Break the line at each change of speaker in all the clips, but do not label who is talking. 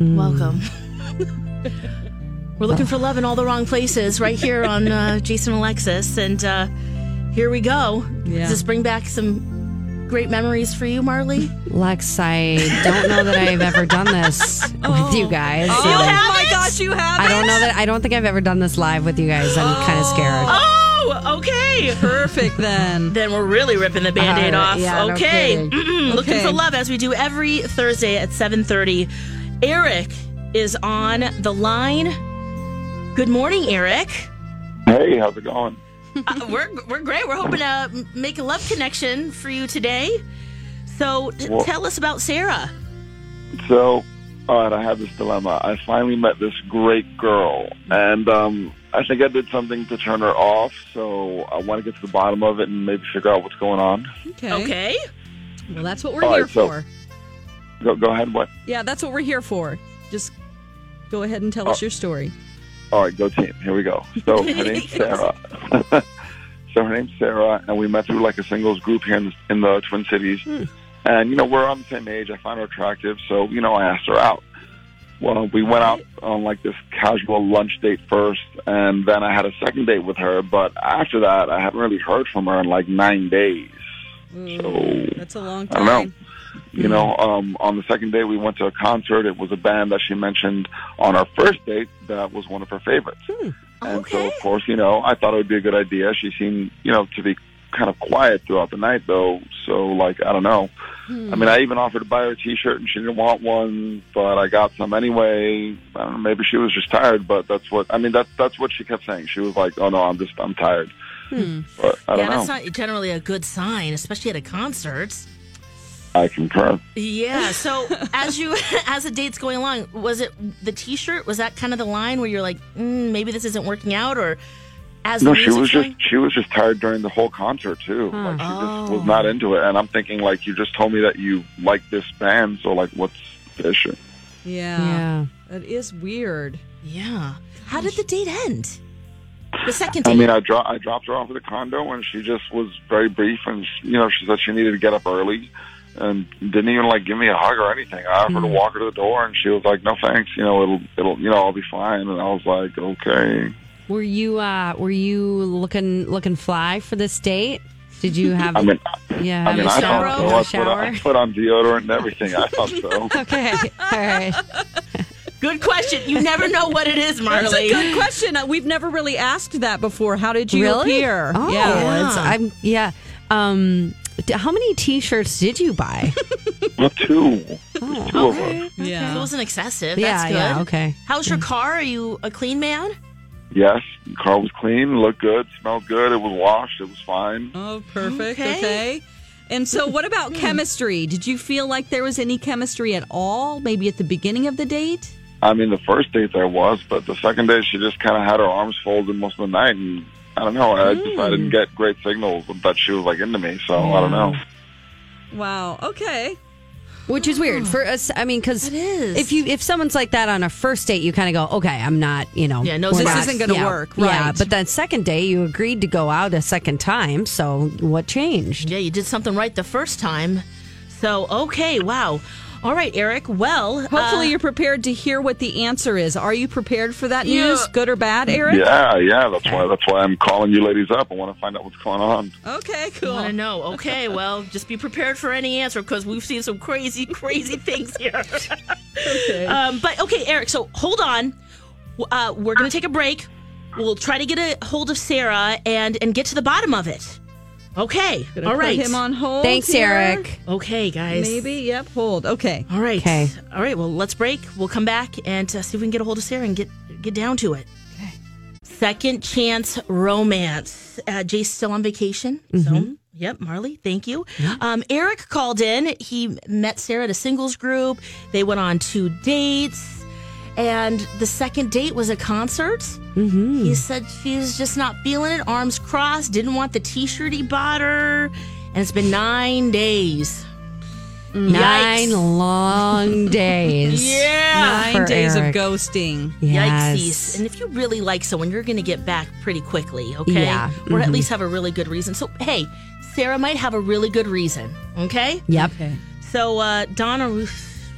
Welcome.
Mm.
We're looking for love in all the wrong places right here on uh, Jason Alexis. And uh, here we go.
Yeah.
Does this bring back some great memories for you, Marley?
Lex, I don't know that I've ever done this with you guys.
Oh
Um,
my gosh, you have
I don't know that I don't think I've ever done this live with you guys. I'm kind of scared.
Oh, okay.
Perfect then.
Then we're really ripping the band-aid
All right,
off.
yeah, no
okay.
kidding.
Mm-mm. Looking
Okay.
for love as we do every Thursday at 7:30. Eric is on the line. Good morning, Eric.
Hey, how's it going?
Uh, we're we're great. We're hoping to m- make a love connection for you today. So t-
Well-
tell us about Sarah.
So, all right, I have this dilemma. I finally met this great girl, and um, I think I did something to turn her off. So I want to get to the bottom of it and maybe figure out what's going on.
Okay.
Okay.
Well, that's what
we're All here right, so- for. Go, go ahead. What?
Yeah, that's what we're here for. Just go ahead and tell
Oh.
us your story.
All right, go team. Here we go. So her name's Sarah. so her name's Sarah, and we met through like a singles group here in the, in the Twin Cities. And you know, we're on the same age. I find her attractive, so you know, I asked her out. Well, we went out on like this casual lunch date first, and then I had a second date with her. But after that, I haven't really heard from her in like nine days. So
That's a long
I don't
time.
know.
Mm-hmm.
You know, um, on the second day we went to a concert. It was a band that she mentioned on our first date that was one of her favorites.
Hmm.
And so, of course, you know, I thought it would be a good idea. She seemed, you know, to be kind of quiet throughout the night, though. So, like, I don't know.
Hmm.
I mean, I even offered to buy her a T-shirt, and she didn't want one, but I got some anyway. I don't know. Maybe she was just tired, but that's what I mean. That that's what she kept saying. She was like, "Oh no, I'm just I'm tired." But I
Hmm. Yeah,
don't know.
that's not generally a good sign, especially at a concert.
I concur.
Yeah. So as you as the date's going along, was it the T-shirt? Was that kind of the line where you're like, mm, maybe this isn't working out, or as
No,
the
she
music's
was
going?
just she was just tired during the whole concert too.
Hmm.
Like she just
Oh.
was not into it. And I'm thinking like you just told me that you like this band, so like what's the issue?
Yeah.
Yeah.
That is weird.
yeah. How did the date end? The second date.
I mean, I dro- I dropped her off at the condo, and she just was very brief, and she, you know she said she needed to get up early, and didn't even like give me a hug or anything. I offered to
Hmm.
walk her to the door, and she was like, "No thanks, you know it'll it'll you know I'll be fine." And I was like, "Okay."
Were you uh were you looking looking fly for this date? Did you have
I mean,
yeah,
I mean, I
have
shower?
thought
a
so. I put, on,
shower?
I put on deodorant and everything. I thought so.
okay. All right.
good question. You never know what it is,
That's a
Marley.
good question. Uh, We've never really asked that before. How did you
really?
appear?
Oh,
Yeah.
it's- I'm yeah. Um d- how many t-shirts did you buy?
Well, two, two of us.
It
Yeah.
wasn't excessive.
yeah,
That's good.
yeah, okay.
How's your car? Are you a clean man?
Yes, the car was clean, looked good, smelled good. It was washed. It was fine.
Oh, perfect.
Okay.
Okay. And so, what
Hmm.
about chemistry? Did you feel like there was any chemistry at all? Maybe at the beginning of the date?
I mean, the first date there was, but the second day she just kind of had her arms folded most of the night, and I don't know. I just I didn't get great signals that she was like into me, so I don't know.
Wow. Okay.
Which is weird for us. I mean, because
It is.
if you if someone's like that on a first date, you kind of go, okay, I'm not, you know,
Yeah, no,
we're
this
not-
isn't gonna
yeah,
work,
Yeah,
right.
but that second day, you agreed to go out a second time. So what changed?
Yeah, you did something right the first time. So okay, wow. All right, Eric. Well,
Hopefully,
uh,
you're prepared to hear what the answer is. Are you prepared for that news, good or bad, Eric?
Yeah, yeah. That's why. That's why I'm calling you ladies up. I want to find out what's going on.
Okay, cool.
I know. Okay, well, just be prepared for any answer because we've seen some crazy, crazy things here. um, but okay, Eric. So hold on. W- Uh, we're gonna take a break. We'll try to get a hold of Sarah and and get to the bottom of it. Okay.
Gonna
All
put
right.
him on hold.
Thanks,
here.
Eric.
Okay, guys.
Maybe. Yep. Hold. Okay.
All right.
Okay.
All right. Well, let's break. We'll come back and uh, see if we can get a hold of Sarah and get get down to it. Second chance romance. Uh, Jay's still on vacation. So, yep, Marley, thank you. Um, Eric called in. He met Sarah at a singles group. They went on two dates. And the second date was a concert. He said she was just not feeling it, arms crossed, didn't want the t shirt he bought her. And it's been nine days.
Nine
Yikes.
long days.
Yeah.
Nine
For
days
Eric.
of ghosting.
Yes.
Yikesies. And if you really like someone, you're going to get back pretty quickly, okay?
Yeah.
Or
mm-hmm.
at least have a really good reason. So, hey, Sarah might have a really good reason, okay?
Yep.
So, uh, Don, are we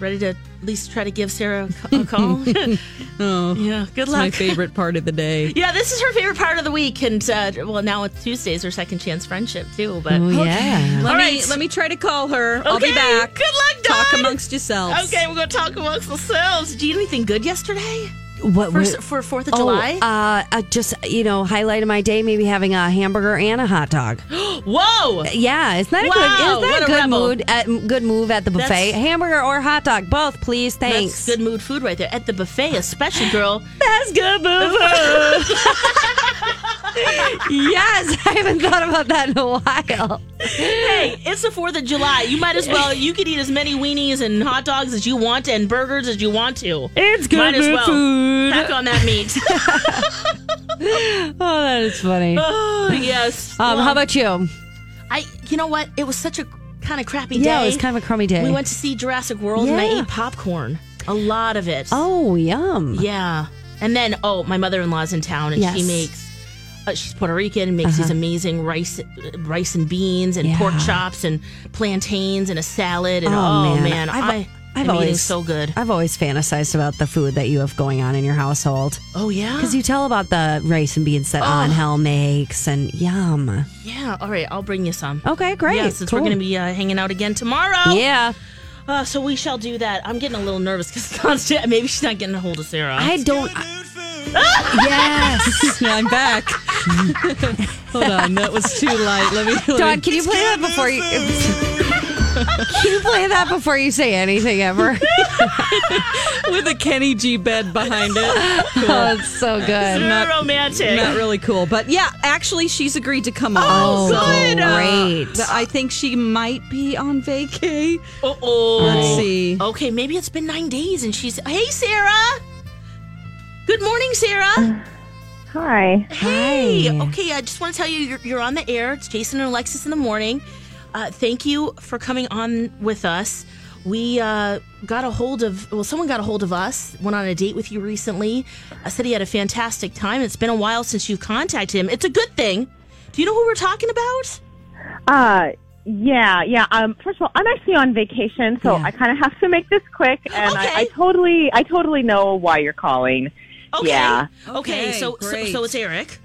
ready to at least try to give Sarah a c- a call?
Oh,
yeah, good
it's my
luck.
favorite part of the day.
Yeah, this is her favorite part of the week. And, uh, well, now it's Tuesdays, her second chance friendship, too. But,
Oh, yeah.
Let
All
me
right.
let me try to call her. I'll be
Okay.
back.
Good luck, Dawn.
Talk amongst yourselves.
okay, we're going to talk amongst ourselves. Did you do anything good yesterday?
What
For,
was?
s- for 4th of
Oh,
July?
uh, uh, just you know, highlight of my day, maybe having a hamburger and a hot dog.
uh,
Whoa!
Yeah, it's not a good,
Wow,
it's not
what
a
a
good
rebel.
mood. At, good move at the buffet.
That's-
hamburger or hot dog, both, please. Thanks.
That's good mood food right there. At the buffet, especially, girl.
That's good move. yes, I haven't thought about that in a while.
Hey, it's the 4th of July. You might as well, you could eat as many weenies and hot dogs as you want and burgers as you want to.
It's good
Might as
mood
well.
food.
Pack on that meat.
Oh, that is funny. Um,
oh, yes.
how about you?
I, you know what? It was such a kind of crappy day.
Yeah, it was kind of a crummy day.
We went to see Jurassic World and I
Yeah.
ate popcorn. A lot of it.
Oh, yum.
Yeah. And then, oh, my mother in law's in town and she
Yes. Uh-huh.
makes. Uh, she's Puerto Rican and makes these amazing rice, rice and beans and pork
Yeah.
chops and plantains and a salad and oh,
Oh,
man,
man.
I've,
I've-
I,
I've
am eating
always-
so good.
I've always fantasized about the food that you have going on in your household.
oh yeah,
Because you tell about the rice and beans that
Oh.
Angel makes and yum.
yeah. All right, I'll bring you some.
Okay, Oh, great.
Yeah, since we're
Cool.
going to be uh, hanging out again tomorrow.
Yeah.
Uh, so we shall do that. I'm getting a little nervous because maybe she's not getting a hold of Sarah.
I don't. yes.
Yeah, I'm back. Hold on, that was too light. Let me.
Don, can you play that before you? can you play that before you say anything ever?
with a Kenny G bed behind it.
Oh, it's so good.
Not, romantic.
Not really cool, but yeah, actually, she's agreed to come on.
Oh,
so, uh,
great.
th- I think she might be on vacay.
Uh oh.
Let's see.
Okay, maybe it's been nine days and she's. Hey, Sarah! Good morning, Sarah!
Hi.
Hey!
Hi.
Okay, I just want to tell you you're, you're on the air. It's Jason and Alexis in the morning. Uh, thank you for coming on with us. We uh, got a hold of, well, someone got a hold of us, went on a date with you recently, uh, said he had a fantastic time. It's been a while since you've contacted him. It's a good thing. Do you know who we're talking about?
Uh, yeah, yeah. Um, first of all, I'm actually on vacation, so
Yeah.
I kind of have to make this quick, and
Okay.
I, I totally, I totally know why you're calling.
Okay.
Yeah.
Okay,
Okay,
so, so
great.
so it's Eric.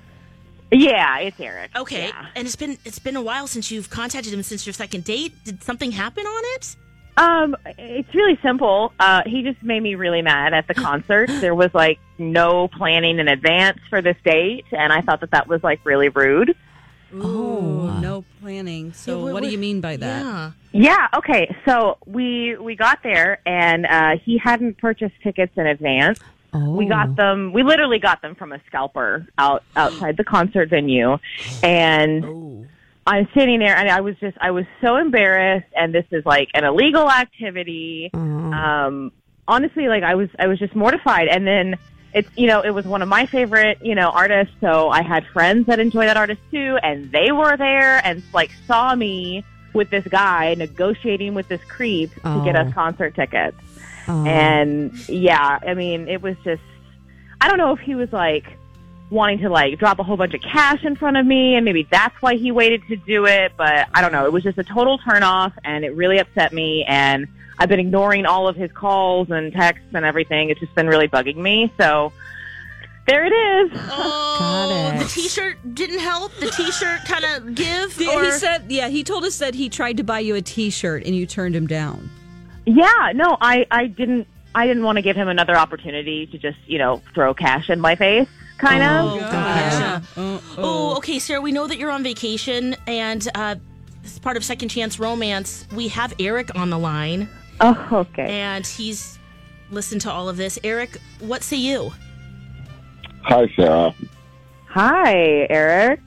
Yeah, it's Eric.
Okay,
Yeah.
and it's been it's been a while since you've contacted him since your second date. Did something happen on it?
Um, it's really simple. Uh, he just made me really mad at the concert. There was like no planning in advance for this date, and I thought that that was like really rude.
Oh, no planning. So,
Yeah, wh-
what do
wh-
you mean by that?
Yeah.
Yeah. Okay. So we we got there, and uh, he hadn't purchased tickets in advance.
Oh.
We got them. We literally got them from a scalper out outside the concert venue, and
Oh.
I'm sitting there, and I was just, I was so embarrassed, and this is like an illegal activity.
Mm-hmm.
Um, honestly, like I was, I was just mortified, and then it's, you know, it was one of my favorite, you know, artists, so I had friends that enjoy that artist too, and they were there and like saw me with this guy negotiating with this creep to get
Oh.
us concert tickets.
Oh.
And yeah, I mean, it was just I don't know if he was like wanting to like drop a whole bunch of cash in front of me and maybe that's why he waited to do it, but I don't know. It was just a total turn off and it really upset me and I've been ignoring all of his calls and texts and everything. It's just been really bugging me. So there it is.
Oh,
Got
the
it.
T-shirt didn't help. The T-shirt kind of give.
Did-
or-
he said, yeah, he told us that he tried to buy you a T-shirt and you turned him down.
Yeah, no, I, I didn't I didn't want to give him another opportunity to just, you know, throw cash in my face, kind
Oh,
of.
gotcha. Oh, okay, Sarah. We know that you're on vacation, and uh, this is part of Second Chance Romance. We have Eric on the line,
Oh, okay.
and he's listened to all of this. Eric, what say you?
Hi, Sarah.
Hi, Eric.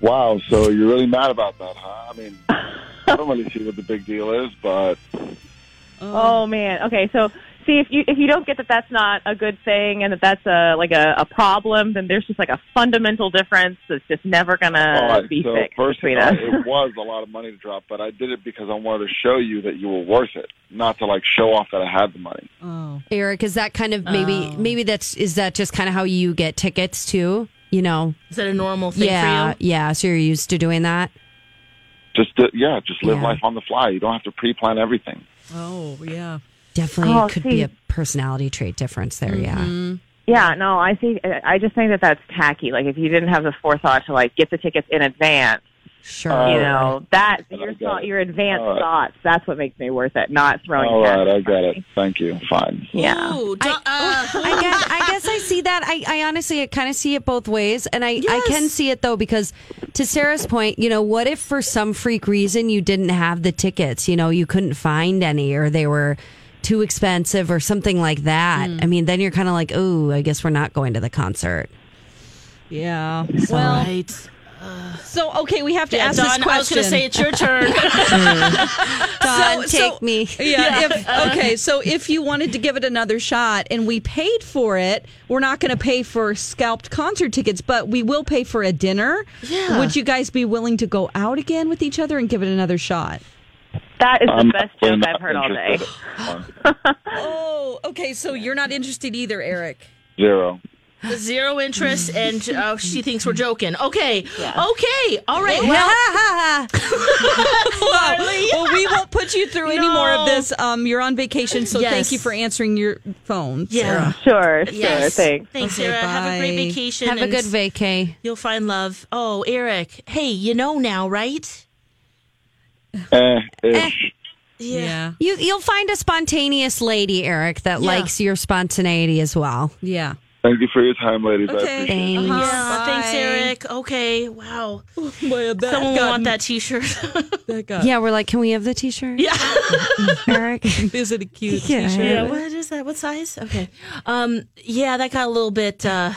Wow, so you're really mad about that, huh? I mean, I don't really see what the big deal is, but
Oh man. Okay, so see if you if you don't get that that's not a good thing and that that's a like a, a problem, then there's just like a fundamental difference that's just never
all
gonna
right,
Uh, be
so
fixed
first
between
of all,
us.
it was a lot of money to drop, but I did it because I wanted to show you that you were worth it, not to like show off that I had the money.
Oh,
Eric, is that kind of maybe
Oh.
maybe that's is that just kind of how you get tickets too? You know,
Is that a normal thing
yeah,
for you?
yeah. So you're used to doing that.
Just to, yeah, just live
Yeah.
life on the fly. You don't have to pre-plan everything.
oh, yeah.
Definitely
Oh,
could
see.
be a personality trait difference there.
Mm-hmm.
Yeah.
Yeah, no, I think I just think that that's tacky. Like if you didn't have the forethought to like get the tickets in advance,
Sure.
you know, that
I
your
get
thought,
it.
your advanced
All right.
thoughts, that's what makes me worth it, not throwing
All
cash
right,
in
I
front
got
of
it.
me.
Thank you. Fine.
Yeah.
Ooh, duh, uh,
I guess, I guess I see that. I, I honestly kind of see it both ways. And I, I can see it though, because to Sarah's point, you know, what if for some freak reason you didn't have the tickets? You know, you couldn't find any or they were too expensive or something like that.
Mm.
I mean, then you're kind of like, oh, I guess we're not going to the concert.
Yeah.
well,
right.
So, okay, we have to
Yeah,
ask
Dawn,
this question.
I was going to say it's your turn.
Don,
so-
take
so-
me.
Yeah. If, okay. So if you wanted to give it another shot and we paid for it, we're not going to pay for scalped concert tickets, but we will pay for a dinner.
Yeah.
Would you guys be willing to go out again with each other and give it another shot?
That is the
I'm
best
really
joke
not
I've heard all day.
interested. Uh,
Oh, okay. So you're not interested either, Eric.
Zero.
Zero interest, and uh, she thinks we're joking. Okay, okay, all right. Well,
Well, well, we won't put you through any more of
No.
this. Um, you're on vacation, so
Yes.
thank you for ansswering your phone. Sarah.
yeah.
Sure, sure,
Yes.
thanks.
Thanks,
Okay,
Sarah. Have a great
bye.
vacation.
Have a
and
good vacay.
You'll find love. Oh, Eric. Hey, you know now, right?
Eh, ish.
Yeah.
You, you'll find a spontaneous lady, Eric, that
Yeah.
likes your spontaneity as well.
Yeah.
Thank you for your time, ladies. I appreciate it.
Thanks.
Uh-huh.
Yeah.
Bye.
Thanks, Eric. Okay. Wow.
Well, that
Someone will
got-
want that T-shirt.
that got-
Yeah, we're like, can we have the t-shirt? Yeah. Eric.
Is it a cute
Yeah.
t-shirt?
yeah. What is that? What size? Okay. Um. Yeah, that got a little bit. Uh,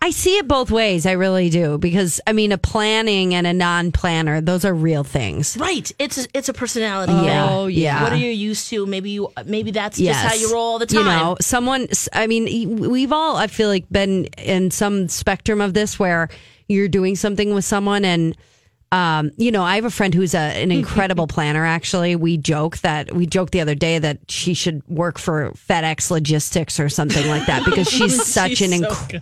I see it both ways. I really do. Because, I mean, a planning and a non planner, those are real things.
right. It's a, it's a personality.
Yeah.
thing.
Oh, yeah.
What are you used to? Maybe you. Maybe that's
Yes.
just how you roll all the time.
You know, someone, I mean, we've all, I feel like, been in some spectrum of this where you're doing something with someone and, um, you know, I have a friend who's a, an incredible planner, actually. We joke that, we joked the other day that she should work for FedEx Logistics or something like that because she's such an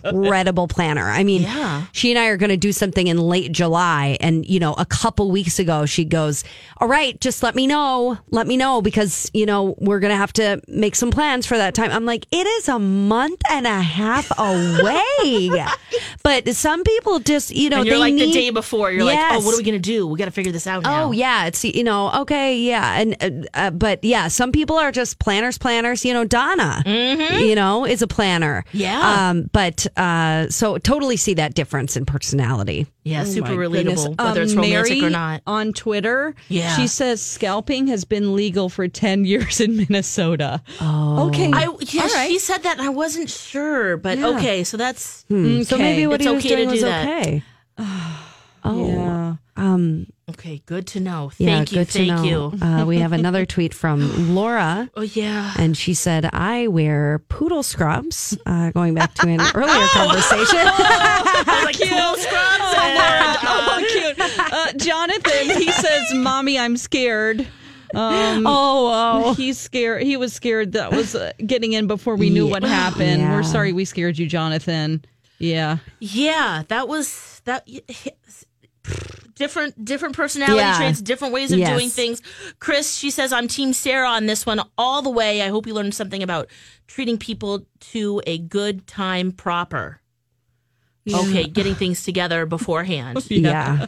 incredible planner. I mean,
Yeah.
she and I are going to do something in late July. And, you know, a couple weeks ago, she goes, All right, just let me know. Let me know because, you know, we're going to have to make some plans for that time. I'm like, It is a month and a half away. but some people just, you know,
And you're
they
like
need,
the day before. You're like,
Yes.
oh, what are we gonna do? We got to figure this out. Now.
Oh yeah, it's you know okay yeah and uh, uh, but yeah some people are just planners planners you know Donna you know is a planner
Mm-hmm. Yeah.
um but uh so totally see that difference in personality
Yeah, super
my
relatable,
goodness.
whether
Um,
it's romantic
Mary
or not.
um,
On Twitter,
Yeah.
she says scalping has been legal for 10 years in Minnesota. Oh. Okay.
I yeah,
All right.
she said that, and I wasn't sure, but okay, so that's
so maybe what
It's
he was
okay to
doing
do
was
that.
okay oh
Yeah.
um
okay. Good to know.
yeah
Thank you,
good to
thank
know.
you.
uh, we have another tweet from Laura
Oh yeah,
and she said I wear poodle scrubs uh, going back to an earlier conversation
I was like cool scrubs and
Oh, cute. Uh, Jonathan, he says, Mommy, I'm scared. Um,
oh wow.
He's scared. He was scared that was uh, getting in before we knew what happened.
Yeah.
We're sorry we scared you, Jonathan. Yeah.
yeah, that was that. different different personality
Yeah.
traits, different ways of
Yes.
doing things. Chris, she says, I'm Team Sarah on this one all the way. I hope you learned something about treating people to a good time proper. Okay, getting things together beforehand,
Yeah.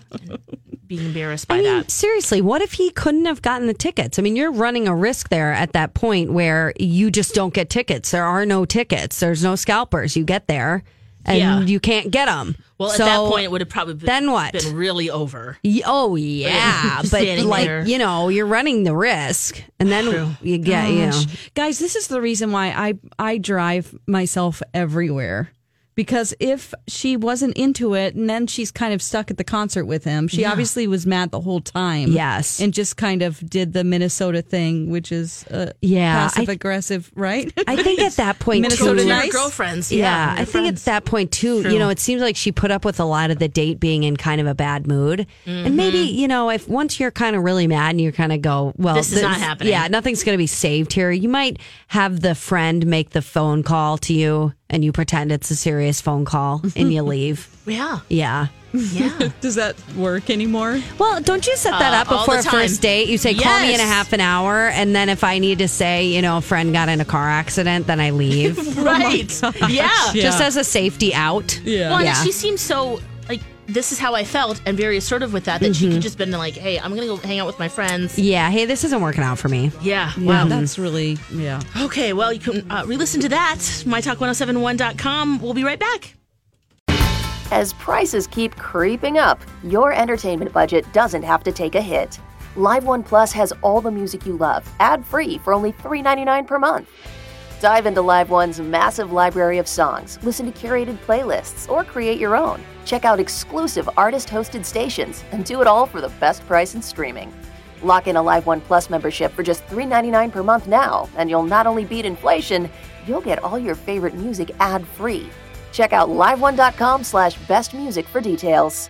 being embarrassed by
I mean,
that.
seriously, what if he couldn't have gotten the tickets? I mean, you're running a risk there at that point where you just don't get tickets. There are no tickets. There's no scalpers. You get there and
Yeah.
you can't get them.
Well, at that point, it would have probably been,
then what?
been really over.
Oh yeah,
Just
but
standing
like
there.
you know, you're running the risk, and then you get you know.
Guys, this is the reason why I I drive myself everywhere. Because if she wasn't into it and then she's kind of stuck at the concert with him, she obviously was mad the whole time.
Yes.
And just kind of did the Minnesota thing, which is uh,
Yeah, I-
passive aggressive, right?
I think at that point,
Go
Minnesota
to
too,
Nice.
your girlfriends.
Yeah,
Yeah,
I think at that point too, you know, it seems like she put up with a lot of the date being in kind of a bad mood, and maybe you know, if once you're kind of really mad and you kind of go, well,
Mm-hmm. This is not happening.
Yeah, nothing's going to be saved here. You might have the friend make the phone call to you, and you pretend it's a serious phone call, and you leave.
Yeah,
Yeah.
yeah.
Does that work anymore?
Well, don't you set that
Uh,
up
all
before
the
a first
time.
date? You say, call me in a
Yes.
half an hour. And then if I need to say, you know, a friend got in a car accident, then I leave.
right. yeah.
Just as a safety out.
Yeah.
Well, and
Yeah.
she seems so like this is how I felt and very assertive with that that she could just been like, hey, I'm gonna go hang out with my friends.
Yeah. Hey, this isn't working out for me. Um,
Yeah. Wow.
That's really, yeah.
Okay. Well, you can uh, re-listen to that. MyTalk1071.com. We'll be right back.
As prices keep creeping up, your entertainment budget doesn't have to take a hit. Live One Plus has all the music you love, ad free for only $3.99 per month. Dive into Live One's massive library of songs, listen to curated playlists, or create your own. Check out exclusive artist hosted stations and do it all for the best price in streaming. Lock in a Live One Plus membership for just $3.99 per month now, and you'll not only beat inflation, you'll get all your favorite music ad free. Check out liveone.com slash best music for details.